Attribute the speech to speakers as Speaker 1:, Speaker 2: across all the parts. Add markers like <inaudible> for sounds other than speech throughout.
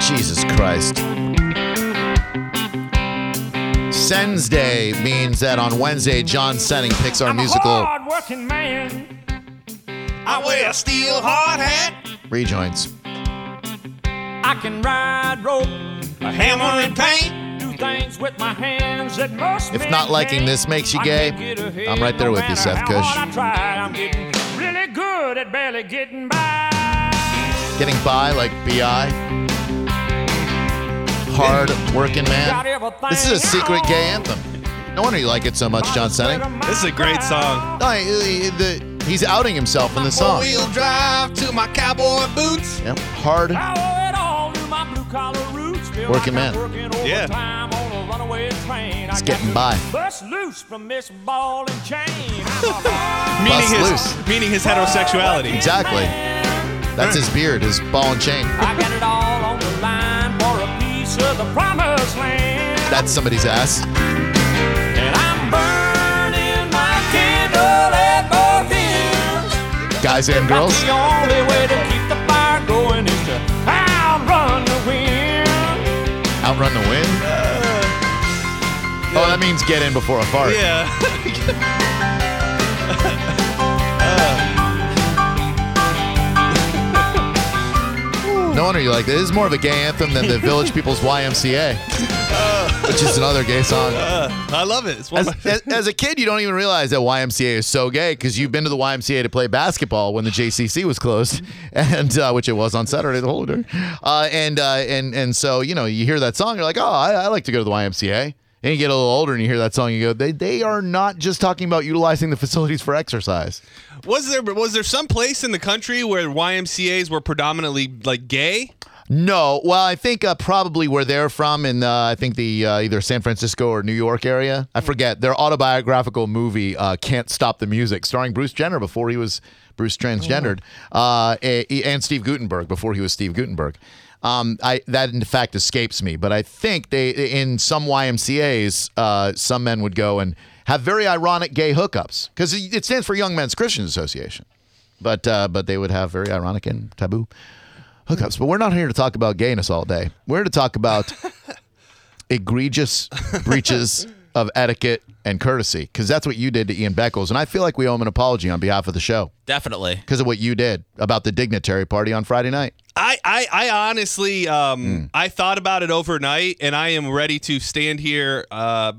Speaker 1: Jesus Christ. Sens Day means that on Wednesday, John Senning picks our
Speaker 2: I'm a
Speaker 1: musical
Speaker 2: hard-working man.
Speaker 3: I wear a steel hard hat,
Speaker 1: rejoins.
Speaker 2: I can ride rope,
Speaker 3: a hammer and paint.
Speaker 2: do things with my hands that most
Speaker 1: If
Speaker 2: men
Speaker 1: not liking
Speaker 2: can't.
Speaker 1: this makes you
Speaker 2: I can
Speaker 1: gay,
Speaker 2: get ahead
Speaker 1: I'm right there
Speaker 2: no
Speaker 1: with you,
Speaker 2: matter
Speaker 1: Seth
Speaker 2: how
Speaker 1: Kush.
Speaker 2: hard I try. I'm getting really good at barely getting by.
Speaker 1: Getting by like B.I. Hard working
Speaker 2: Got
Speaker 1: man.
Speaker 2: everything
Speaker 1: This is a secret
Speaker 2: I
Speaker 1: gay
Speaker 2: want.
Speaker 1: anthem. No wonder you like it so much, John Senning.
Speaker 3: This is a great song.
Speaker 1: No, he- he- the- he's outing himself in the song.
Speaker 3: Four-wheel drive to my cowboy boots.
Speaker 1: Yep. Hard.
Speaker 2: I owe it all to my blue collar roots. Feel
Speaker 1: Working man.
Speaker 2: like I'm Working
Speaker 3: Yeah.
Speaker 2: overtime on a runaway train. I got
Speaker 1: getting
Speaker 2: to
Speaker 1: by.
Speaker 2: Bust loose from this ball and chain.
Speaker 1: <laughs>
Speaker 2: I'm a hard-
Speaker 3: Meaning
Speaker 1: Bust
Speaker 3: his,
Speaker 1: loose.
Speaker 3: meaning his heterosexuality.
Speaker 1: Exactly. That's his beard, his ball and chain.
Speaker 2: I got it all on the line for a piece of the promised land.
Speaker 1: That's somebody's ass.
Speaker 2: and I'm burning my candle at both ends.
Speaker 1: Guys and
Speaker 2: But
Speaker 1: girls.
Speaker 2: The only way to keep the fire going is to outrun the wind.
Speaker 1: Outrun the wind. Oh, that means get in before a fart.
Speaker 3: Yeah.
Speaker 1: No wonder you like this. This is more of a gay anthem than the Village People's YMCA, which is another gay song.
Speaker 3: I love it. It's one
Speaker 1: As,
Speaker 3: of my-
Speaker 1: as, as a kid, you don't even realize that YMCA is so gay because you've been to the YMCA to play basketball when the JCC was closed, <laughs> and uh, which it was on Saturday the whole day. Uh, and uh, and and so you know you hear that song, you're like, oh, I, I like to go to the YMCA. And you get a little older and you hear that song, you go, they they are not just talking about utilizing the facilities for exercise.
Speaker 3: was there was there some place in the country where YMCA's were predominantly like gay?
Speaker 1: No, well, I think uh, probably where they're from in uh, I think the uh, either San Francisco or New York area. I forget their autobiographical movie uh, "Can't Stop the Music," starring Bruce Jenner before he was Bruce transgendered, uh, a- and Steve Gutenberg before he was Steve Gutenberg. Um, I that in fact escapes me, but I think they in some YMCA's uh, some men would go and have very ironic gay hookups because it it stands for Young Men's Christian Association, but uh, but they would have very ironic and taboo hookups. But we're not here to talk about gayness all day. We're here to talk about egregious breaches of etiquette and courtesy, because that's what you did to Ian Beckles. And I feel like we owe him an apology on behalf of the show
Speaker 4: Definitely.
Speaker 1: because of what you did about the dignitary party on Friday night.
Speaker 3: I, I, I honestly, um, I thought about it overnight, and I am ready to stand here uh,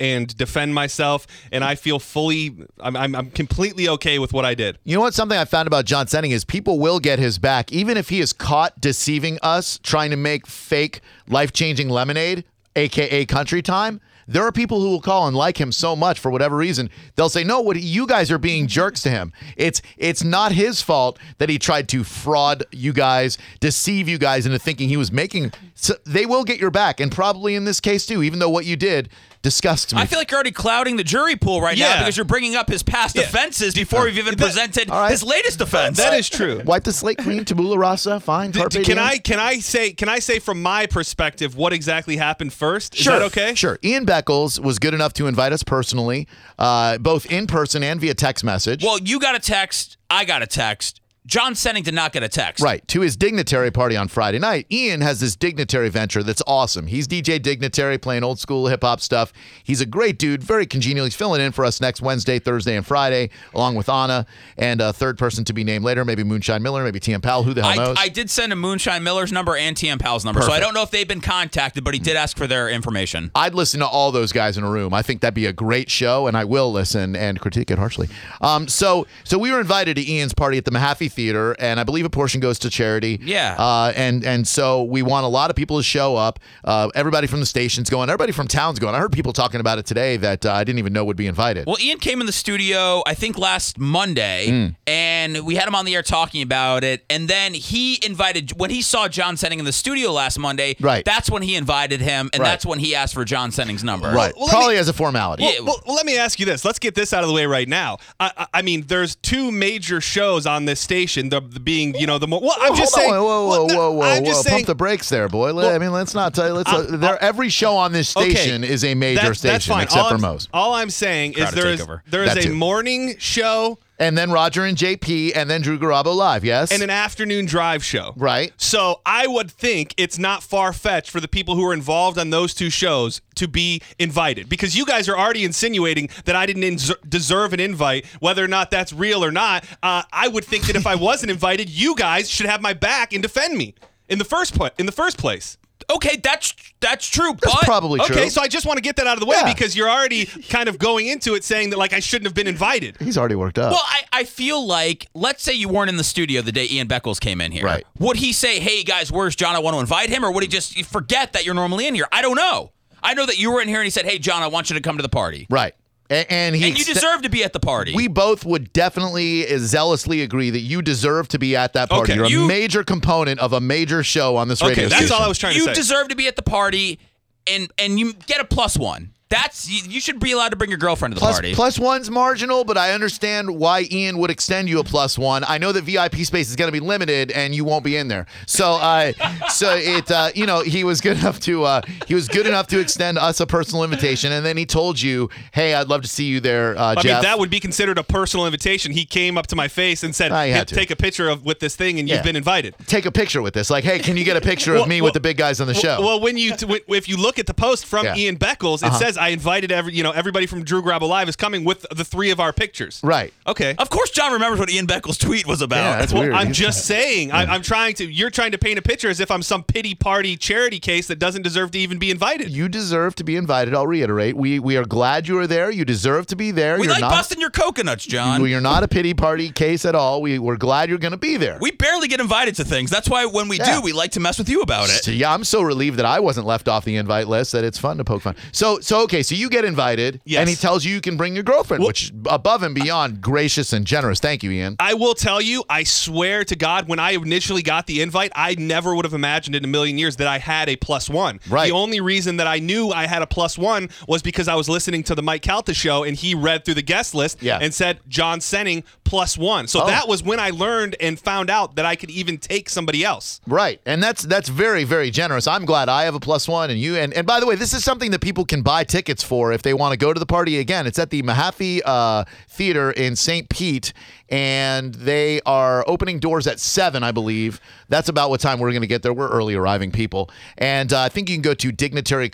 Speaker 3: and defend myself. And I feel fully, I'm, I'm, I'm completely okay with what I did.
Speaker 1: You know what? Something I found about John Senning is people will get his back, even if he is caught deceiving us, trying to make fake life changing lemonade, aka country time. There are people who will call and like him so much for whatever reason. They'll say, "No, what you guys are being jerks to him. It's it's not his fault that he tried to fraud you guys, deceive you guys into thinking he was making." So they will get your back, and probably in this case too. Even though what you did disgusts me.
Speaker 4: I feel like you're already clouding the jury pool right
Speaker 3: Yeah.
Speaker 4: now because you're bringing up his past offenses before we've even presented
Speaker 1: all right.
Speaker 4: his latest offense.
Speaker 3: That is true.
Speaker 1: Wipe the slate clean, tabula rasa, fine.
Speaker 3: D-
Speaker 1: carpe
Speaker 3: d-
Speaker 1: diem.
Speaker 3: can I can I say can I say from my perspective what exactly happened first? Is that okay?
Speaker 1: Sure. Ian Beckles was good enough to invite us personally, uh, both in person and via text message.
Speaker 4: Well, you got a text. I got a text. John Senning did not get a text.
Speaker 1: Right. To his dignitary party on Friday night, Ian has this dignitary venture that's awesome. He's DJ Dignitary playing old school hip hop stuff. He's a great dude, very congenial. He's filling in for us next Wednesday, Thursday, and Friday, along with Anna and a third person to be named later, maybe Moonshine Miller, maybe TM Powell. Who the hell
Speaker 4: I,
Speaker 1: knows?
Speaker 4: I did send him Moonshine Miller's number and TM Powell's number, so I
Speaker 1: Perfect.
Speaker 4: don't know if they've been contacted, but he did ask for their information.
Speaker 1: I'd listen to all those guys in a room. I think that'd be a great show, and I will listen and critique it harshly. Um, so, so we were invited to Ian's party at the Mahaffey theater, and I believe a portion goes to charity.
Speaker 4: Yeah.
Speaker 1: Uh, and and so we want a lot of people to show up. Uh, everybody from the station's going. Everybody from town's going. I heard people talking about it today that uh, I didn't even know would be invited.
Speaker 4: Well, Ian came in the studio, I think last Monday,
Speaker 1: Hmm.
Speaker 4: and we had him on the air talking about it. And then he invited, when he saw John Senning in the studio last Monday,
Speaker 1: Right.
Speaker 4: that's when he invited him, and
Speaker 1: Right.
Speaker 4: that's when he asked for John Senning's number.
Speaker 1: right.
Speaker 3: well, let
Speaker 1: Probably
Speaker 3: me-
Speaker 1: as a formality.
Speaker 4: Yeah.
Speaker 3: Well, well, let me ask you this. Let's get this out of the way right now. I, I, I mean, there's two major shows on this station. The, the being, you know, the more. Well, I'm
Speaker 1: Hold
Speaker 3: just
Speaker 1: on,
Speaker 3: saying.
Speaker 1: Whoa, whoa,
Speaker 3: well,
Speaker 1: whoa,
Speaker 3: no,
Speaker 1: whoa, whoa!
Speaker 3: I'm
Speaker 1: whoa.
Speaker 3: just saying.
Speaker 1: Pump the brakes there, boy. Let- I mean, let's not. Tell, let's. uh,
Speaker 3: I-
Speaker 1: there, every show on this
Speaker 3: Okay.
Speaker 1: station is a major
Speaker 3: That-
Speaker 1: station,
Speaker 3: that's fine.
Speaker 1: except
Speaker 3: all
Speaker 1: for
Speaker 3: I'm-
Speaker 1: most.
Speaker 3: All I'm saying is
Speaker 4: Crowded
Speaker 3: there is
Speaker 4: takeover.
Speaker 3: there is
Speaker 1: That
Speaker 3: a
Speaker 1: too.
Speaker 3: morning show
Speaker 1: And then Roger and JP, and then Drew Garabo live. Yes.
Speaker 3: and an afternoon drive show.
Speaker 1: right.
Speaker 3: So I would think it's not far fetched for the people who are involved on those two shows to be invited because you guys are already insinuating that I didn't ins- deserve an invite, whether or not that's real or not. Uh, I would think that if I wasn't <laughs> invited, you guys should have my back and defend me in the first pla- in the first place.
Speaker 4: Okay, that's that's true,
Speaker 1: That's
Speaker 4: but
Speaker 1: probably true.
Speaker 3: Okay, so I just want to get that out of the way
Speaker 1: Yeah.
Speaker 3: because you're already kind of going into it saying that like I shouldn't have been invited.
Speaker 1: He's already worked up.
Speaker 4: Well, I, I feel like let's say you weren't in the studio the day Ian Beckles came in here.
Speaker 1: Right.
Speaker 4: Would he say, "Hey guys, where's John? I want to invite him," or would he just forget that you're normally in here? I don't know. I know that you were in here and he said, "Hey John, I want you to come to the party,"
Speaker 1: right. And, and he.
Speaker 4: and you
Speaker 1: exte-
Speaker 4: deserve to be at the party.
Speaker 1: we both would definitely uh, zealously agree that you deserve to be at that party.
Speaker 3: Okay,
Speaker 1: You're a
Speaker 4: you-
Speaker 1: major component of a major show on this
Speaker 3: Okay,
Speaker 1: radio
Speaker 3: that's
Speaker 1: station.
Speaker 3: all I was trying to
Speaker 4: you
Speaker 3: say.
Speaker 4: deserve to be at the party, and and you get a plus one. That's you, you should be allowed to bring your girlfriend to the
Speaker 1: Plus-
Speaker 4: party.
Speaker 1: plus one's marginal, but I understand why Ian would extend you a plus one. I know that VIP space is going to be limited, and you won't be in there. So, uh, so it, uh, you know, he was good <laughs> enough to uh, he was good enough to extend us a personal invitation, and then he told you, "Hey, I'd love to see you there, uh,
Speaker 3: I
Speaker 1: Jeff."
Speaker 3: mean, that would be considered a personal invitation. He came up to my face and said,
Speaker 1: I Ah, had
Speaker 3: "Hey,
Speaker 1: to."
Speaker 3: "Take a picture of with this thing, and
Speaker 1: Yeah.
Speaker 3: you've been invited."
Speaker 1: Take a picture with this. Like, hey, can you get a picture of
Speaker 3: Well,
Speaker 1: me
Speaker 3: well,
Speaker 1: with the big guys on the
Speaker 3: Well-
Speaker 1: show?
Speaker 3: Well, when you t- when, if you look at the post from
Speaker 1: Yeah. Uh-huh.
Speaker 3: Ian Beckles, it says I invited every you know everybody from Drew Grab Alive is coming with the three of our pictures.
Speaker 1: right.
Speaker 3: Okay.
Speaker 4: of course, John remembers what Ian Beckles' tweet was about.
Speaker 1: Yeah, that's
Speaker 3: well,
Speaker 1: weird.
Speaker 3: I'm
Speaker 1: He's-
Speaker 3: just saying. I, I'm trying to. You're trying to paint a picture as if I'm some pity party charity case that doesn't deserve to even be invited.
Speaker 1: You deserve to be invited. I'll reiterate. We we are glad you are there. You deserve to be there.
Speaker 4: we
Speaker 1: you're
Speaker 4: like
Speaker 1: not.
Speaker 4: busting your coconuts, John.
Speaker 1: Well, you're not a pity party case at all. We we're glad you're going to be there.
Speaker 4: we barely get invited to things. That's why when we
Speaker 1: Yeah.
Speaker 4: do, we like to mess with you about it.
Speaker 1: So, yeah, I'm so relieved that I wasn't left off the invite list. That it's fun to poke fun. So so okay. So you get invited,
Speaker 3: Yes.
Speaker 1: and he tells you you can bring your girlfriend, which above and beyond gracious and generous. Thank you, Ian.
Speaker 3: I will tell you, I swear to God, when I initially got the invite, I never would have imagined in a million years that I had a plus one.
Speaker 1: Right.
Speaker 3: The only reason that I knew I had a plus one was because I was listening to the Mike Calta show and he read through the guest list
Speaker 1: Yeah.
Speaker 3: and said John Senning plus one. So
Speaker 1: Oh.
Speaker 3: that was when I learned and found out that I could even take somebody else.
Speaker 1: Right. And that's that's very very generous. I'm glad I have a plus 1 and you and and by the way, this is something that people can buy tickets for if they want to go to the party again. It's at the Mahaffey uh, Theater in St. Pete and they are opening doors at 7, I believe. That's about what time we're going to get there. We're early arriving people. And uh, I think you can go to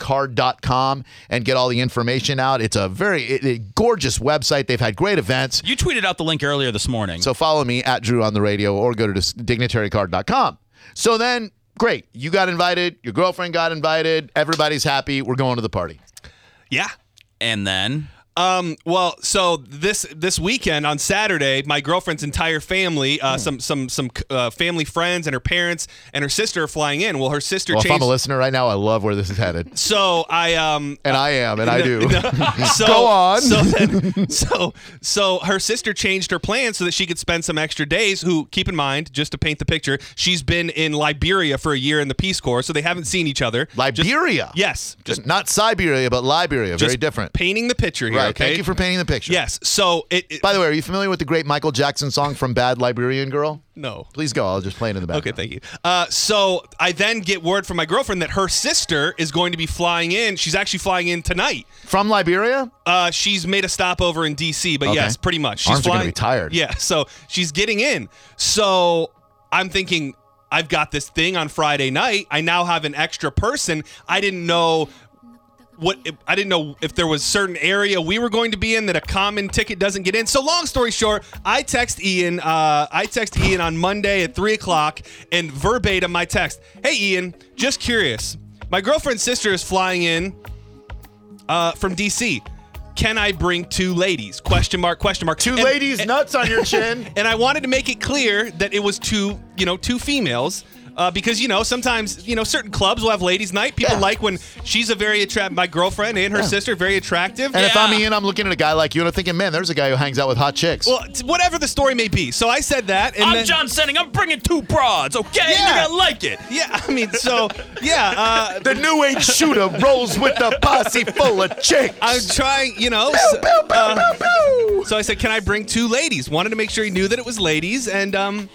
Speaker 1: dignitarycard.com and get all the information out. It's a very it, it- gorgeous website. They've had great events.
Speaker 4: You tweeted out the link earlier this morning.
Speaker 1: So follow me at Drew on the radio or go to dis- dignitarycard.com. So then, great. You got invited. Your girlfriend got invited. Everybody's happy. We're going to the party.
Speaker 3: Yeah.
Speaker 4: and then
Speaker 3: Um, well, so this this weekend on Saturday, my girlfriend's entire family, uh, some some some uh, family friends and her parents and her sister are flying in. Well, her sister
Speaker 1: Well, if
Speaker 3: changed.
Speaker 1: I'm a listener right now, I love where this is headed.
Speaker 3: so I um
Speaker 1: And I am, and I do. <laughs>
Speaker 3: so,
Speaker 1: Go on.
Speaker 3: So, then, so so her sister changed her plan so that she could spend some extra days. Who keep in mind, just to paint the picture, she's been in Liberia for a year in the Peace Corps, so they haven't seen each other.
Speaker 1: Liberia.
Speaker 3: yes, just,
Speaker 1: Just not Siberia, but Liberia. Very
Speaker 3: just
Speaker 1: different.
Speaker 3: Painting the picture here.
Speaker 1: right.
Speaker 3: Okay.
Speaker 1: Thank you for painting the picture.
Speaker 3: Yes. So it. it-
Speaker 1: By the way, are you familiar with the great Michael Jackson song from Bad Liberian Girl?
Speaker 3: no.
Speaker 1: Please go. I'll just play it in the background.
Speaker 3: Okay, thank you. Uh, so I then get word from my girlfriend that her sister is going to be flying in. She's actually flying in tonight.
Speaker 1: From Liberia?
Speaker 3: Uh, she's made a stopover in DC, but
Speaker 1: Okay.
Speaker 3: yes, pretty much. She's
Speaker 1: Arms are gonna
Speaker 3: flying.
Speaker 1: be tired.
Speaker 3: Yeah, so she's getting in. So I'm thinking, I've got this thing on Friday night. I now have an extra person. I didn't know what I didn't know if there was certain area we were going to be in that a common ticket doesn't get in. So long story short, I text Ian. Uh, I text Ian on Monday at three o'clock, and verbatim my text: Hey Ian, just curious. My girlfriend's sister is flying in uh, from DC. Can I bring two ladies? Question mark, question mark.
Speaker 1: Two
Speaker 3: And-
Speaker 1: ladies' nuts on your chin.
Speaker 3: and I wanted to make it clear that it was two, you know, two females. Uh, because you know, sometimes you know certain clubs will have ladies' night. People
Speaker 1: Yeah.
Speaker 3: like when she's a very attractive. My girlfriend and her sister very attractive.
Speaker 1: And if
Speaker 4: Yeah.
Speaker 1: I'm Ian, I'm looking at a guy like you and I'm thinking, man, there's a guy who hangs out with hot chicks.
Speaker 3: Well, t- whatever the story may be. So I said that, and
Speaker 4: I'm
Speaker 3: then,
Speaker 4: John Senning. I'm bringing two broads, okay?
Speaker 3: Yeah.
Speaker 4: You're gonna like it.
Speaker 3: <laughs> Yeah, I mean, so yeah, uh,
Speaker 1: the new age shooter rolls with the posse full of chicks.
Speaker 3: I'm trying, you know. so, uh, so I said, can I bring two ladies? Wanted to make sure he knew that it was ladies, and um,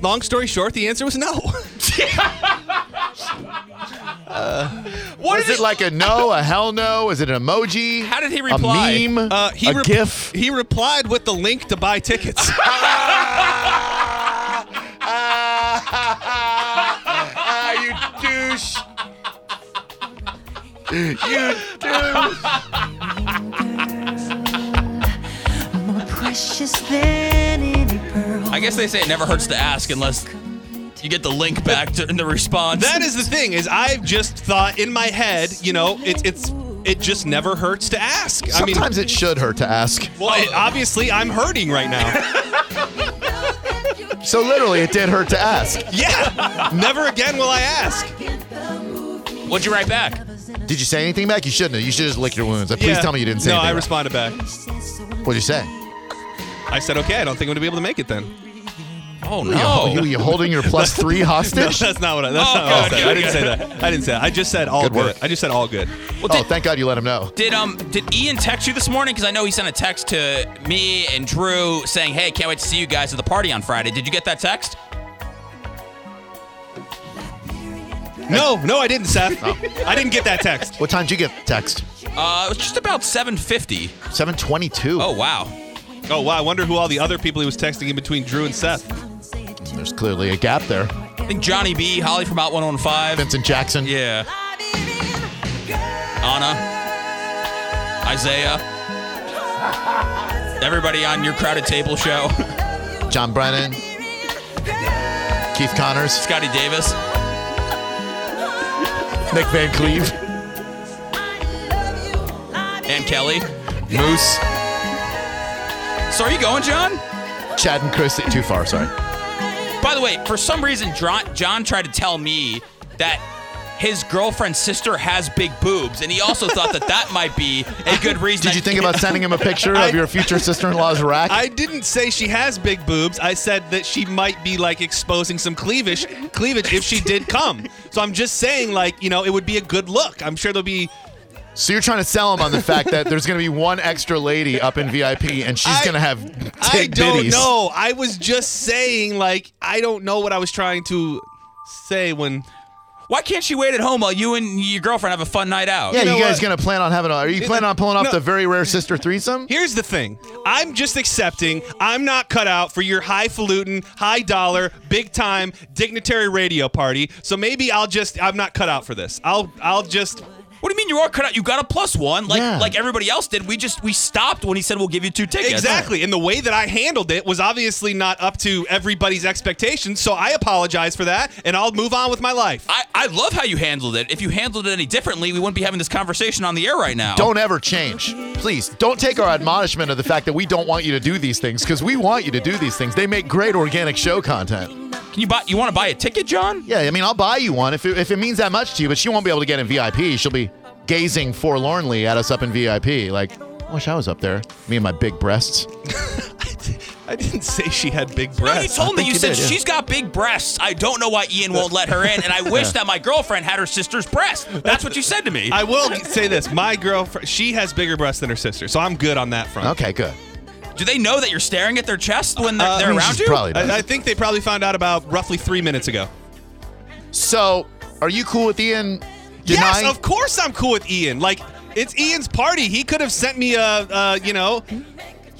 Speaker 3: long story short, the answer was no. <laughs> Uh,
Speaker 4: What
Speaker 1: Is it like a no, a hell no? Is it an emoji?
Speaker 4: How did he reply?
Speaker 1: A meme?
Speaker 3: Uh, he
Speaker 1: a
Speaker 3: rep- <laughs>
Speaker 1: gif? <laughs>
Speaker 3: He replied with the link to buy tickets.
Speaker 1: Ah, you douche. You douche.
Speaker 5: More precious than any pearl.
Speaker 4: I guess they say it never hurts to ask unless you get the link back to, in the response.
Speaker 3: That is the thing is I've just thought in my head, you know, it's it's it just never hurts to ask. I mean,
Speaker 1: Sometimes it should hurt to ask.
Speaker 3: well, it- obviously I'm hurting right
Speaker 1: <laughs>
Speaker 3: now.
Speaker 1: So literally, it did hurt to ask.
Speaker 3: yeah. Never again will I ask.
Speaker 4: What'd you write back?
Speaker 1: Did you say anything back? You shouldn't have. You should just lick your wounds. Like, Please
Speaker 3: Yeah.
Speaker 1: tell me you didn't say
Speaker 3: No,
Speaker 1: anything.
Speaker 3: I
Speaker 1: back.
Speaker 3: responded back.
Speaker 1: What'd you say?
Speaker 3: I said, "Okay, I don't think I'm going to be able to make it then."
Speaker 4: Oh
Speaker 1: You,
Speaker 4: no.
Speaker 1: you holding your plus three
Speaker 3: <laughs> No,
Speaker 1: hostage?
Speaker 3: <laughs> that's not what I that's
Speaker 4: Oh,
Speaker 3: not what I
Speaker 4: good,
Speaker 3: said.
Speaker 4: good,
Speaker 3: I didn't
Speaker 4: good.
Speaker 3: say that. I didn't say that. I just said all
Speaker 1: Good
Speaker 3: good.
Speaker 1: work.
Speaker 3: I just said all good.
Speaker 4: Well,
Speaker 1: Oh,
Speaker 4: did,
Speaker 1: thank God you let him know.
Speaker 4: did um did Ian text you this morning? Because I know he sent a text to me and Drew saying, "Hey, can't wait to see you guys at the party on Friday." Did you get that text?
Speaker 3: No, no, I didn't, Seth. I didn't get that text.
Speaker 1: What time did you get text?
Speaker 4: Uh, it was just about 7:50.
Speaker 1: 722.
Speaker 4: Oh wow.
Speaker 3: Oh, wow. I wonder who all the other people he was texting in between Drew and Seth.
Speaker 1: There's clearly a gap there.
Speaker 4: I think Johnny B, Holly from Out oh 115.
Speaker 1: Vincent Jackson.
Speaker 4: Yeah. Anna, Isaiah, everybody on your crowded table show. <laughs>
Speaker 1: John Brennan. Keith Connors. <laughs>
Speaker 4: Scotty Davis.
Speaker 1: Nick Van Cleve.
Speaker 4: and Kelly, Moose. So are you going, John?
Speaker 1: Chad and Chris. Too far, sorry.
Speaker 4: By the way, for some reason, John, John tried to tell me that his girlfriend's sister has big boobs, and he also thought that that might be a good
Speaker 1: <laughs>
Speaker 4: reason.
Speaker 1: Did you think about sending him a picture of your future sister-in-law's rack?
Speaker 3: I didn't say she has big boobs. I said that she might be like exposing some cleavage, cleavage if she did come. So I'm just saying, like, you know, it would be a good look. I'm sure there'll be.
Speaker 1: so you're trying to sell him on the fact that there's going to be one extra lady up in VIP, and she's
Speaker 3: I-
Speaker 1: going to have
Speaker 3: I
Speaker 1: tit
Speaker 3: don't
Speaker 1: bitties.
Speaker 3: know. I was just saying, like, I don't know what I was trying to say when.
Speaker 4: Why can't she wait at home while you and your girlfriend have a fun night out?
Speaker 1: Yeah, you,
Speaker 3: know
Speaker 1: guys
Speaker 3: what?
Speaker 1: going to plan on having? A, are you planning on pulling off
Speaker 3: No.
Speaker 1: the very rare sister threesome?
Speaker 3: Here's the thing. I'm just accepting I'm not cut out for your highfalutin, high dollar, big time dignitary radio party. So maybe I'll just I'm not cut out for this. I'll I'll just
Speaker 4: What do you mean you are cut out? You got a plus one, like
Speaker 1: Yeah.
Speaker 4: like everybody else did. We just we stopped when he said we'll give you two tickets.
Speaker 3: Exactly. And the way that I handled it was obviously not up to everybody's expectations. So I apologize for that and I'll move on with my life.
Speaker 4: I, I love how you handled it. If you handled it any differently, we wouldn't be having this conversation on the air right now.
Speaker 1: Don't ever change. Please don't take our admonishment of the fact that we don't want you to do these things because we want you to do these things. They make great organic show content.
Speaker 4: Can you buy? You want to buy a ticket, John?
Speaker 1: Yeah, I mean, I'll buy you one if it, if it means that much to you, but she won't be able to get in VIP. She'll be gazing forlornly at us up in VIP. Like, I wish I was up there. Me and my big breasts.
Speaker 3: <laughs> I didn't say she had big
Speaker 4: No, you
Speaker 3: breasts.
Speaker 4: told me.
Speaker 1: think
Speaker 4: You
Speaker 1: you
Speaker 4: said
Speaker 1: did, yeah.
Speaker 4: she's got big breasts. I don't know why Ian won't let her in, and
Speaker 1: <laughs>
Speaker 4: I wish that my girlfriend had her sister's breast. That's what you said to me.
Speaker 3: I will say this. My girlfriend, she has bigger breasts than her sister. So I'm good on that front.
Speaker 1: Okay, good.
Speaker 4: Do they know that you're staring at their chest when they're, they're
Speaker 1: I mean,
Speaker 4: around
Speaker 1: Uh, she's
Speaker 4: you?
Speaker 1: Probably does.
Speaker 3: I, I think they probably found out about roughly three minutes ago.
Speaker 1: So, are you cool with Ian
Speaker 3: Yes,
Speaker 1: denying?
Speaker 3: of course I'm cool with Ian. Like, it's Ian's party. He could have sent me a, uh, you know,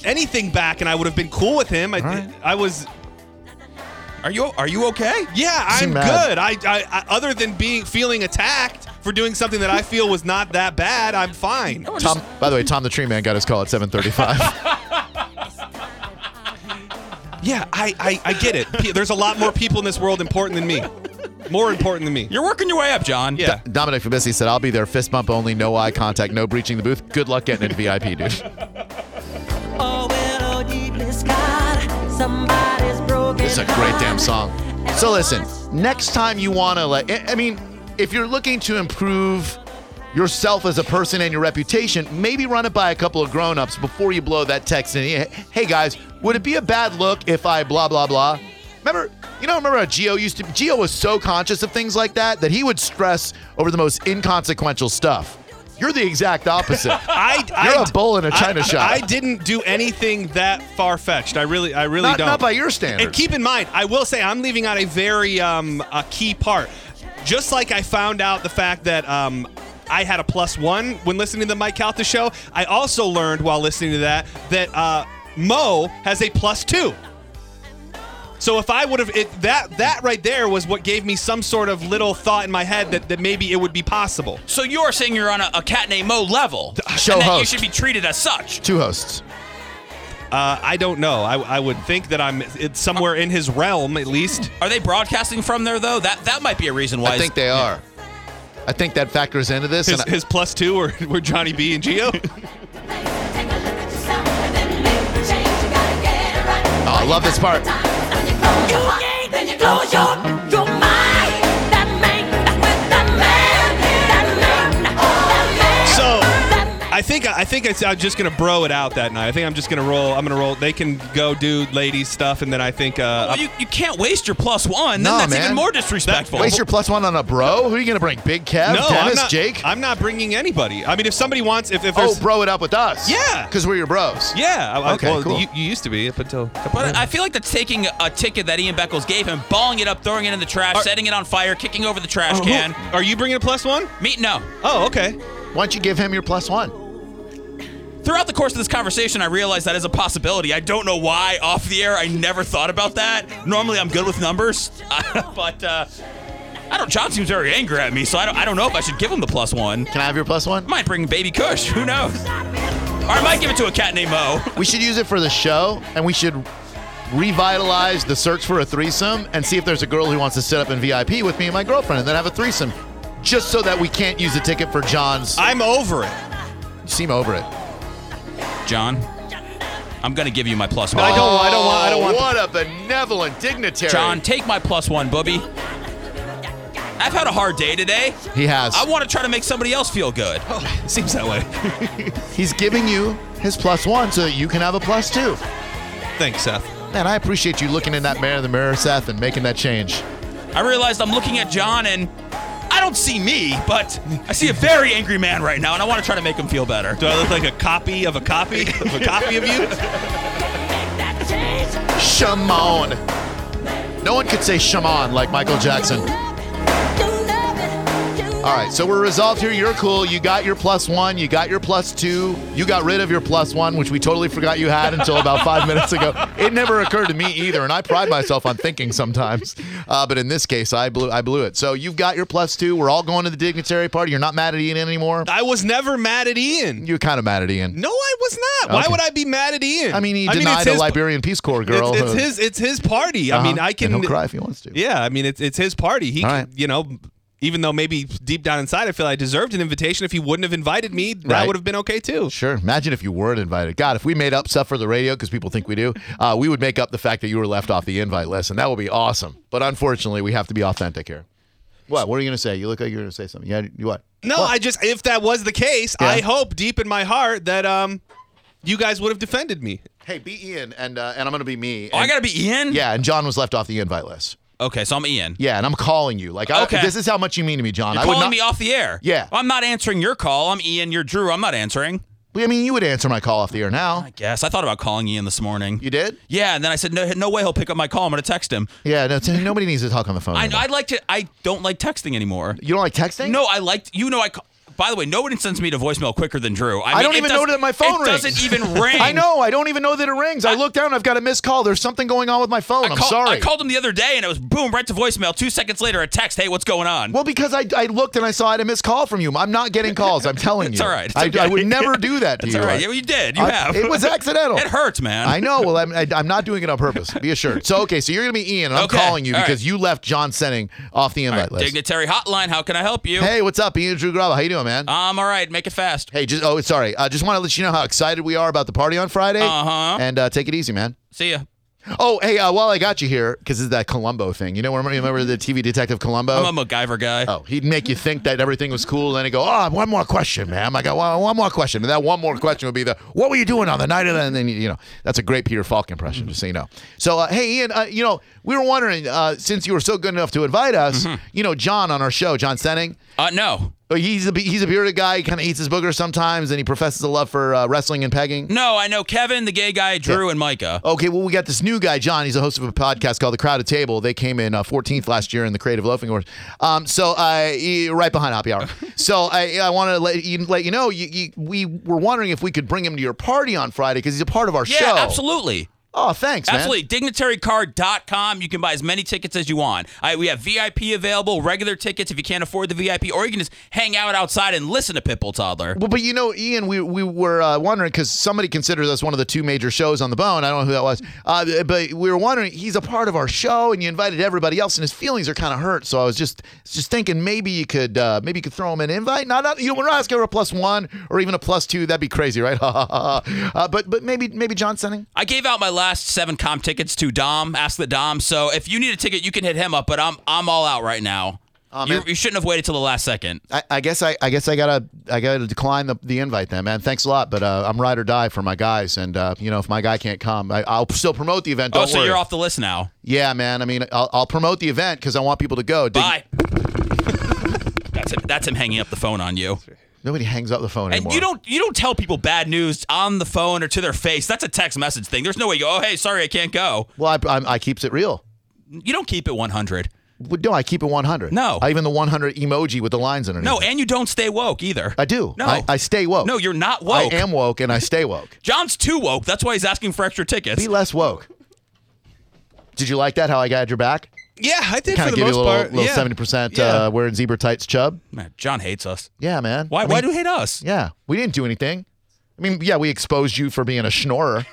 Speaker 3: anything back, and I would have been cool with him. I,
Speaker 1: right.
Speaker 3: I was,
Speaker 4: Are you are you okay?
Speaker 3: yeah,
Speaker 1: Is he
Speaker 3: I'm
Speaker 1: mad?
Speaker 3: good. I, I, I, other than being feeling attacked for doing something that I feel was not that bad, I'm fine.
Speaker 1: Tom, by the way, Tom the Tree Man got his call at
Speaker 3: <laughs>
Speaker 1: 7:35.
Speaker 3: Yeah, I, I, I get it. Pe- There's a lot more people in this world important than me. More important than me.
Speaker 4: You're working your way up, John.
Speaker 3: yeah.
Speaker 1: Dominic Fabissi said, I'll be there, fist bump only, no eye contact, no breaching the booth. Good luck getting into VIP, dude.
Speaker 5: Oh, well, oh, deeply scarred, somebody's broken.
Speaker 1: This is a great damn
Speaker 5: heart.
Speaker 1: song. So listen, next time you want to like, I- I mean, if you're looking to improve yourself as a person and your reputation, maybe run it by a couple of grown-ups before you blow that text in. Yeah, Hey guys, would it be a bad look if I blah blah blah? Remember, you know, remember how Geo used to? Geo was so conscious of things like that that he would stress over the most inconsequential stuff. You're the exact
Speaker 3: <laughs>
Speaker 1: opposite.
Speaker 3: I,
Speaker 1: You're
Speaker 3: I,
Speaker 1: a bull in a china
Speaker 3: I,
Speaker 1: shop.
Speaker 3: I didn't do anything that far fetched. I really, I really
Speaker 1: not,
Speaker 3: don't.
Speaker 1: not by your standards.
Speaker 3: And keep in mind, I will say I'm leaving out a very um, a key part. Just like I found out the fact that um, I had a plus one when listening to the Mike Calta show, I also learned while listening to that that uh, Mo has a plus two. So if I would have it, that that right there was what gave me some sort of little thought in my head that, that maybe it would be possible.
Speaker 4: So you are saying you're on a, a cat named Mo level,
Speaker 1: show
Speaker 4: and that you
Speaker 1: host.
Speaker 4: should be treated as such.
Speaker 1: Two hosts.
Speaker 3: Uh, I don't know. I, I would think that I'm it's somewhere in his realm at least.
Speaker 4: Are they broadcasting from there though? That that might be a reason why.
Speaker 1: I think they are. I think that factors into this.
Speaker 3: His,
Speaker 1: and I-
Speaker 3: his plus two were, were Johnny B and Geo.
Speaker 6: Take a look at yourself and then make a change. You gotta get it right.
Speaker 1: Oh, I love this part.
Speaker 6: Then you close your mind. Then you close your your mind. That man, that with that man, that man, that man.
Speaker 3: So
Speaker 6: that man.
Speaker 3: I think I think I, am just gonna bro it out that night. I think I'm just gonna roll. I'm gonna roll. They can go do ladies stuff, and then I think uh,
Speaker 4: Well, Oh, you, you can't waste your plus one. Then
Speaker 1: Nah,
Speaker 4: that's
Speaker 1: man.
Speaker 4: even more disrespectful.
Speaker 1: Waste your plus one on a bro? Who are you going to bring? Big Kev?
Speaker 3: I'm- no,
Speaker 1: Dennis?
Speaker 3: I'm not,
Speaker 1: Jake?
Speaker 3: I'm not bringing anybody. I mean, if somebody wants, if if
Speaker 1: oh,
Speaker 3: there's,
Speaker 1: bro it up with us.
Speaker 3: Yeah.
Speaker 1: Because we're your bros.
Speaker 3: yeah, I- I-
Speaker 1: Okay,
Speaker 3: well,
Speaker 1: cool.
Speaker 3: you, you used to be up until.
Speaker 4: But I feel like that's taking a ticket that Ian Beckles gave him, balling it up, throwing it in the trash,
Speaker 3: Are-
Speaker 4: setting it on fire, kicking over the trash
Speaker 1: Oh,
Speaker 3: Who-
Speaker 4: can.
Speaker 3: are you bringing a plus one?
Speaker 4: Me, no.
Speaker 3: Oh, okay.
Speaker 1: Why don't you give him your plus one?
Speaker 4: Throughout the course of this conversation, I realized that is a possibility. I don't know why off the air. I never thought about that. Normally, I'm good with numbers, <laughs> but uh, I don't. John seems very angry at me, so I don't. I don't know if I should give him the plus one.
Speaker 1: Can I have your plus one?
Speaker 4: I might bring Baby Kush. Who knows? Or I might give it to a cat named Mo. <laughs>
Speaker 1: We should use it for the show, and we should revitalize the search for a threesome and see if there's a girl who wants to sit up in VIP with me and my girlfriend and then have a threesome. Just so that we can't use a ticket for John's.
Speaker 3: I'm over it. <laughs>
Speaker 1: seem over it.
Speaker 4: John, I'm gonna give you my plus one.
Speaker 3: I don't. I don't want. I don't want.
Speaker 1: Oh, What a benevolent dignitary.
Speaker 4: John, take my plus one, booby. I've had a hard day today.
Speaker 1: He has.
Speaker 4: I want to try to make somebody else feel good.
Speaker 3: Seems that way.
Speaker 1: He's giving you his plus one so that you can have a plus two.
Speaker 3: Thanks, Seth.
Speaker 1: Man, I appreciate you looking in that mirror in the mirror, Seth, and making that change.
Speaker 4: I realized I'm looking at John and I don't see me, but I see a very angry man right now, and I want to try to make him feel better.
Speaker 3: Do I look like a copy of
Speaker 1: <laughs>
Speaker 3: a copy of a copy of you?
Speaker 1: Shimon. No one could say Shimon like Michael Jackson. All right, so we're resolved here. You're cool. You got your plus one. You got your plus two. You got rid of your plus one, which we totally forgot you had until about five <laughs> minutes ago. It never occurred to me either, and I pride myself on thinking sometimes. Uh, but in this case, I blew, I blew it. So you've got your plus two. We're all going to the dignitary party. You're not mad at Ian anymore.
Speaker 3: I was never mad at Ian.
Speaker 1: You're kind of mad at Ian.
Speaker 3: No, I was not. Why
Speaker 1: Okay.
Speaker 3: would I be mad at Ian?
Speaker 1: I mean, he
Speaker 3: it's
Speaker 1: denied
Speaker 3: his-
Speaker 1: a Liberian Peace Corps girl.
Speaker 3: It's, it's
Speaker 1: who-
Speaker 3: his. It's his party. I mean,
Speaker 1: Uh-huh.
Speaker 3: I can.
Speaker 1: And he'll cry if he wants to.
Speaker 3: Yeah, I mean, it's it's his party. He,
Speaker 1: All
Speaker 3: can-
Speaker 1: right.
Speaker 3: you know, even though maybe deep down inside I feel I deserved an invitation. If he wouldn't have invited me, that
Speaker 1: Right.
Speaker 3: would have been okay too.
Speaker 1: Sure. Imagine if you weren't invited. God, if we made up stuff for the radio because people think we do, uh, we would make up the fact that you were left off the invite list, and that would be awesome. But unfortunately, we have to be authentic here. What? What are you going to say? You look like you're going to say something. Yeah. You what?
Speaker 3: No, I just if that was the case,
Speaker 1: Yeah.
Speaker 3: I hope deep in my heart that um, you guys would have defended me.
Speaker 1: Hey, be Ian, and uh, and I'm going to be me.
Speaker 4: Oh, I
Speaker 1: And-
Speaker 4: gotta be Ian.
Speaker 1: yeah, and John was left off the invite list.
Speaker 4: Okay, so I'm Ian.
Speaker 1: Yeah, and I'm calling you. Like, I,
Speaker 4: Okay.
Speaker 1: this is how much you mean to me, John. I
Speaker 4: You're
Speaker 1: would
Speaker 4: calling
Speaker 1: not.
Speaker 4: me off the air.
Speaker 1: Yeah.
Speaker 4: Well, I'm not answering your call. I'm Ian. You're Drew. I'm not answering.
Speaker 1: I mean, you would answer my call off the air now.
Speaker 4: I guess I thought about calling Ian this morning.
Speaker 1: You did?
Speaker 4: yeah, and then I said no, no way. He'll pick up my call. I'm gonna text him.
Speaker 1: Yeah. No, t- nobody needs to talk on the phone.
Speaker 4: I,
Speaker 1: anymore.
Speaker 4: I'd like to. I don't like texting anymore.
Speaker 1: you don't like texting?
Speaker 4: No, I liked. You know, I ca- By the way, nobody sends me to voicemail quicker than Drew.
Speaker 1: I
Speaker 4: mean,
Speaker 1: don't
Speaker 4: it
Speaker 1: even
Speaker 4: does-
Speaker 1: know that my phone
Speaker 4: it
Speaker 1: rings.
Speaker 4: doesn't
Speaker 1: <laughs>
Speaker 4: even ring.
Speaker 1: I know. I don't even know that it rings. I, look down. I've got a missed call. There's something going on with my phone. I'm
Speaker 4: Call-
Speaker 1: sorry.
Speaker 4: I called him the other day and it was boom right to voicemail. Two seconds later, a text. Hey, what's going on?
Speaker 1: Well, because I, I looked and I saw I had a missed call from you. I'm not getting calls. I'm telling you.
Speaker 4: It's all right. It's
Speaker 1: I, I
Speaker 4: okay.
Speaker 1: would never do that to
Speaker 4: It's
Speaker 1: you.
Speaker 4: all right.
Speaker 1: I-
Speaker 4: Yeah, well, you did. You
Speaker 1: I-
Speaker 4: have.
Speaker 1: It was accidental.
Speaker 4: It hurts, man.
Speaker 1: I know. Well, I'm, I, I'm not doing it on purpose. Be assured. So, okay, so you're going to be Ian, and I'm
Speaker 4: Okay.
Speaker 1: calling you
Speaker 4: All right.
Speaker 1: because you left John Senning off the invite list.
Speaker 4: Dignitary hotline. How can I help you?
Speaker 1: Hey, what's up? Ian Drew Graba. How you doing, man?
Speaker 4: Um, all right. Make it fast.
Speaker 1: hey, just oh, sorry. I just want to let you know how excited we are about the party on Friday.
Speaker 4: Uh-huh.
Speaker 1: And uh, take it easy, man.
Speaker 4: See ya.
Speaker 1: Oh, hey, uh, while I got you here, because it's that Columbo thing. You know, remember, remember the TV detective Columbo?
Speaker 4: I'm a MacGyver guy.
Speaker 1: Oh, he'd make you think that everything was cool, and then he'd go, "Oh, one more question, ma'am. I got one, one more question." And that one more question would be the, "What were you doing on the night of that?" And then you know, that's a great Peter Falk impression, just so you know. So, uh, hey, Ian, uh, you know, we were wondering uh, since you were so good enough to invite us,
Speaker 4: Mm-hmm.
Speaker 1: you know, John on our show, John Senning.
Speaker 4: Uh, no.
Speaker 1: uh, He's a he's a bearded guy. He kind of eats his booger sometimes, and he professes a love for uh, wrestling and pegging.
Speaker 4: No, I know Kevin, the gay guy, Drew, and Micah.
Speaker 1: Okay, well, we got this new guy, John. He's a host of a podcast called The Crowded Table. They came in uh, 14th last year in the Creative Loafing Awards. Um, so uh, he- right behind Happy
Speaker 4: <laughs>
Speaker 1: Hour. so I, I want to let you let you know you, you, we were wondering if we could bring him to your party on Friday because he's a part of our
Speaker 4: Yeah,
Speaker 1: show.
Speaker 4: absolutely.
Speaker 1: Oh, thanks, man.
Speaker 4: Absolutely. Dignitarycard.com. You can buy as many tickets as you want. I, we have VIP available, regular tickets if you can't afford the VIP, or you can just hang out outside and listen to Pitbull Toddler.
Speaker 1: Well, but you know, Ian, we, we were uh, wondering because somebody considers us one of the two major shows on the bone. I don't know who that was, uh, but we were wondering he's a part of our show, and you invited everybody else, and his feelings are kind of hurt. So I was just just thinking maybe you could uh, maybe you could throw him an invite. Not, not you know, we're not asking for a plus one or even a plus two. That'd be crazy, right? <laughs> uh, but but maybe maybe John Senning.
Speaker 4: I gave out my last seven comp tickets to Dom, Ask the Dom. So if you need a ticket, you can hit him up, but I'm I'm all out right now. you,
Speaker 1: man.
Speaker 4: you shouldn't have waited till the last second.
Speaker 1: I, I guess I, I guess I gotta I gotta decline the, the invite then, man. Thanks a lot, but uh, I'm ride or die for my guys, and uh, you know if my guy can't come, I, I'll still promote the event. Don't
Speaker 4: oh, so
Speaker 1: worry.
Speaker 4: you're off the list now.
Speaker 1: Yeah, man. I mean, I'll, I'll promote the event because I want people to go. Did-
Speaker 4: Bye. that's him, that's him hanging up the phone on you.
Speaker 1: Nobody hangs up the phone
Speaker 4: And
Speaker 1: anymore.
Speaker 4: you don't you don't tell people bad news on the phone or to their face. That's a text message thing. There's no way you go, "Oh, hey, sorry, I can't go."
Speaker 1: Well, I, I, I keeps it real.
Speaker 4: You don't keep it 100.
Speaker 1: Well, No, I keep it 100.
Speaker 4: No.
Speaker 1: I even the 100 emoji with the lines underneath.
Speaker 4: No,
Speaker 1: it.
Speaker 4: and you don't stay woke either.
Speaker 1: I do.
Speaker 4: No.
Speaker 1: I, I stay woke.
Speaker 4: No, you're not woke.
Speaker 1: I am woke and I stay woke.
Speaker 4: John's too woke. That's why he's asking for extra tickets.
Speaker 1: Be less woke. Did you like that? How I got your back?
Speaker 3: Yeah, I did
Speaker 1: Kind
Speaker 3: for
Speaker 1: of
Speaker 3: the
Speaker 1: give
Speaker 3: most
Speaker 1: you a little,
Speaker 3: part.
Speaker 1: little
Speaker 3: yeah.
Speaker 1: 70%
Speaker 3: Yeah.
Speaker 1: uh, wearing zebra tights chub.
Speaker 4: Man, John hates us.
Speaker 1: Yeah, man.
Speaker 4: Why
Speaker 1: I
Speaker 4: why
Speaker 1: mean,
Speaker 4: do you hate us?
Speaker 1: Yeah, we didn't do anything. I mean, yeah, we exposed you for being a schnorrer.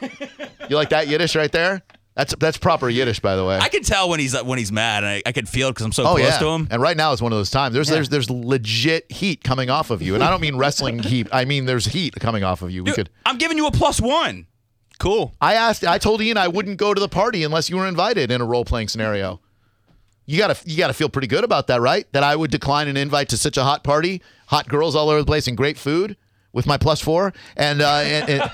Speaker 1: you like that Yiddish right there? That's that's proper Yiddish, by the way.
Speaker 4: I can tell when he's uh, when he's mad, and I, I can feel it because I'm so
Speaker 1: Oh
Speaker 4: close
Speaker 1: yeah,
Speaker 4: to him.
Speaker 1: and right now is one of those times. There's there's there's legit heat coming off of you, and I don't mean wrestling heat. I mean there's heat coming off of you. We
Speaker 4: Dude,
Speaker 1: could.
Speaker 4: I'm giving you a plus one. Cool.
Speaker 1: I asked. I told Ian I wouldn't go to the party unless you were invited in a role playing scenario. You gotta you gotta feel pretty good about that, right? That I would decline an invite to such a hot party, hot girls all over the place, and great food with my plus four, and uh, and and,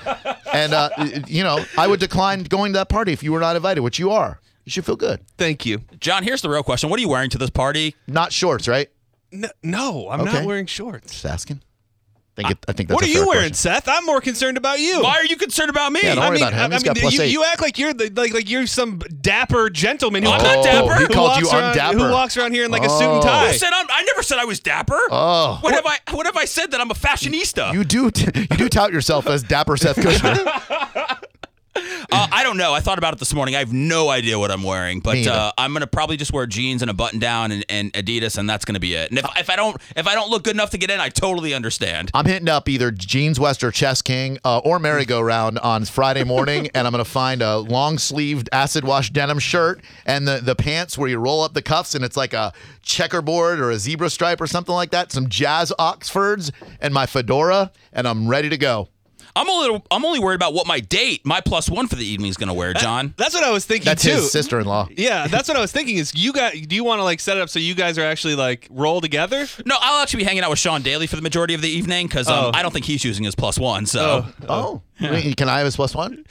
Speaker 1: and uh, you know I would decline going to that party if you were not invited, which you are. You should feel good.
Speaker 3: Thank you.
Speaker 4: John, here's the real question. What are you wearing to this party?
Speaker 1: Not shorts, right?
Speaker 3: No, no I'm
Speaker 1: Okay.
Speaker 3: not wearing shorts.
Speaker 1: Just asking. Think it, I think that's
Speaker 3: What
Speaker 1: a
Speaker 3: are
Speaker 1: fair
Speaker 3: you wearing,
Speaker 1: question.
Speaker 3: Seth? I'm more concerned about you.
Speaker 4: Why are you concerned about me?
Speaker 1: Yeah, don't
Speaker 3: I
Speaker 1: worry
Speaker 3: mean,
Speaker 1: about him.
Speaker 3: I
Speaker 1: He's
Speaker 3: mean,
Speaker 1: got plus
Speaker 3: you,
Speaker 1: eight.
Speaker 3: you act like you're the, like like you're some dapper gentleman who,
Speaker 4: I'm not
Speaker 3: walks-
Speaker 4: dapper.
Speaker 3: who
Speaker 4: He
Speaker 1: Oh, called
Speaker 3: walks
Speaker 1: you
Speaker 3: around,
Speaker 1: undapper.
Speaker 3: Who walks around here in like a suit and tie?
Speaker 4: Who said I'm, I never said I was dapper.
Speaker 1: Oh.
Speaker 4: What have I? What have I said that I'm a fashionista?
Speaker 1: You do you do tout yourself as Dapper Seth Kushner.
Speaker 4: uh, I don't know. I thought about it this morning. I have no idea what I'm wearing, but
Speaker 1: either.
Speaker 4: uh, I'm gonna probably just wear jeans and a button down and, and Adidas, and that's gonna be it. And if, if I don't if I don't look good enough to get in, I totally understand.
Speaker 1: I'm hitting up either Jeans West or Chess King uh, or Merry Go Round on Friday morning, and I'm gonna find a long sleeved acid wash denim shirt and the the pants where you roll up the cuffs and it's like a checkerboard or a zebra stripe or something like that. Some jazz Oxfords and my fedora, and I'm ready to go.
Speaker 4: I'm a little. I'm only worried about what my date, my plus one for the evening, is gonna wear,
Speaker 1: Eh.
Speaker 4: John.
Speaker 3: That's what I was thinking
Speaker 1: That's
Speaker 3: too.
Speaker 1: his sister-in-law.
Speaker 3: Yeah, that's what I was thinking. Is you got? Do you want to like set it up so you guys are actually like roll together?
Speaker 4: No, I'll actually be hanging out with Sean Daly for the majority of the evening because um,
Speaker 3: Oh.
Speaker 4: I don't think he's using his plus one. So,
Speaker 1: Oh, can I have his plus one?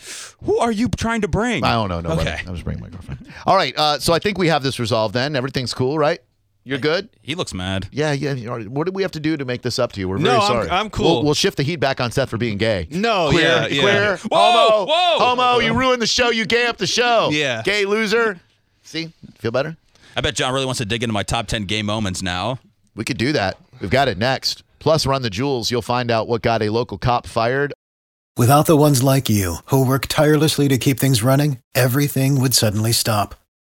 Speaker 4: who are you trying to bring?
Speaker 1: I don't know. No,
Speaker 4: Okay.
Speaker 1: okay. I was bringing my girlfriend. All right. Uh, so I think we have this resolved. Then everything's cool, right? You're good.
Speaker 4: He looks mad.
Speaker 1: Yeah, yeah. you know, What did we have to do to make this up to you? We're
Speaker 3: No,
Speaker 1: very
Speaker 3: I'm-
Speaker 1: sorry.
Speaker 3: I'm cool.
Speaker 1: We'll, we'll shift the heat back on Seth for being gay.
Speaker 3: No,
Speaker 1: queer,
Speaker 3: yeah, yeah.
Speaker 1: queer,
Speaker 4: Whoa,
Speaker 1: homo,
Speaker 4: whoa.
Speaker 1: homo. You ruined the show. You gay up the show.
Speaker 3: Yeah.
Speaker 1: gay loser. See, feel better.
Speaker 4: I bet John really wants to dig into my top ten gay moments now.
Speaker 1: We could do that. We've got it next. Plus, run the jewels. You'll find out what got a local cop fired
Speaker 7: Without the ones like you, who work tirelessly to keep things running, everything would suddenly stop.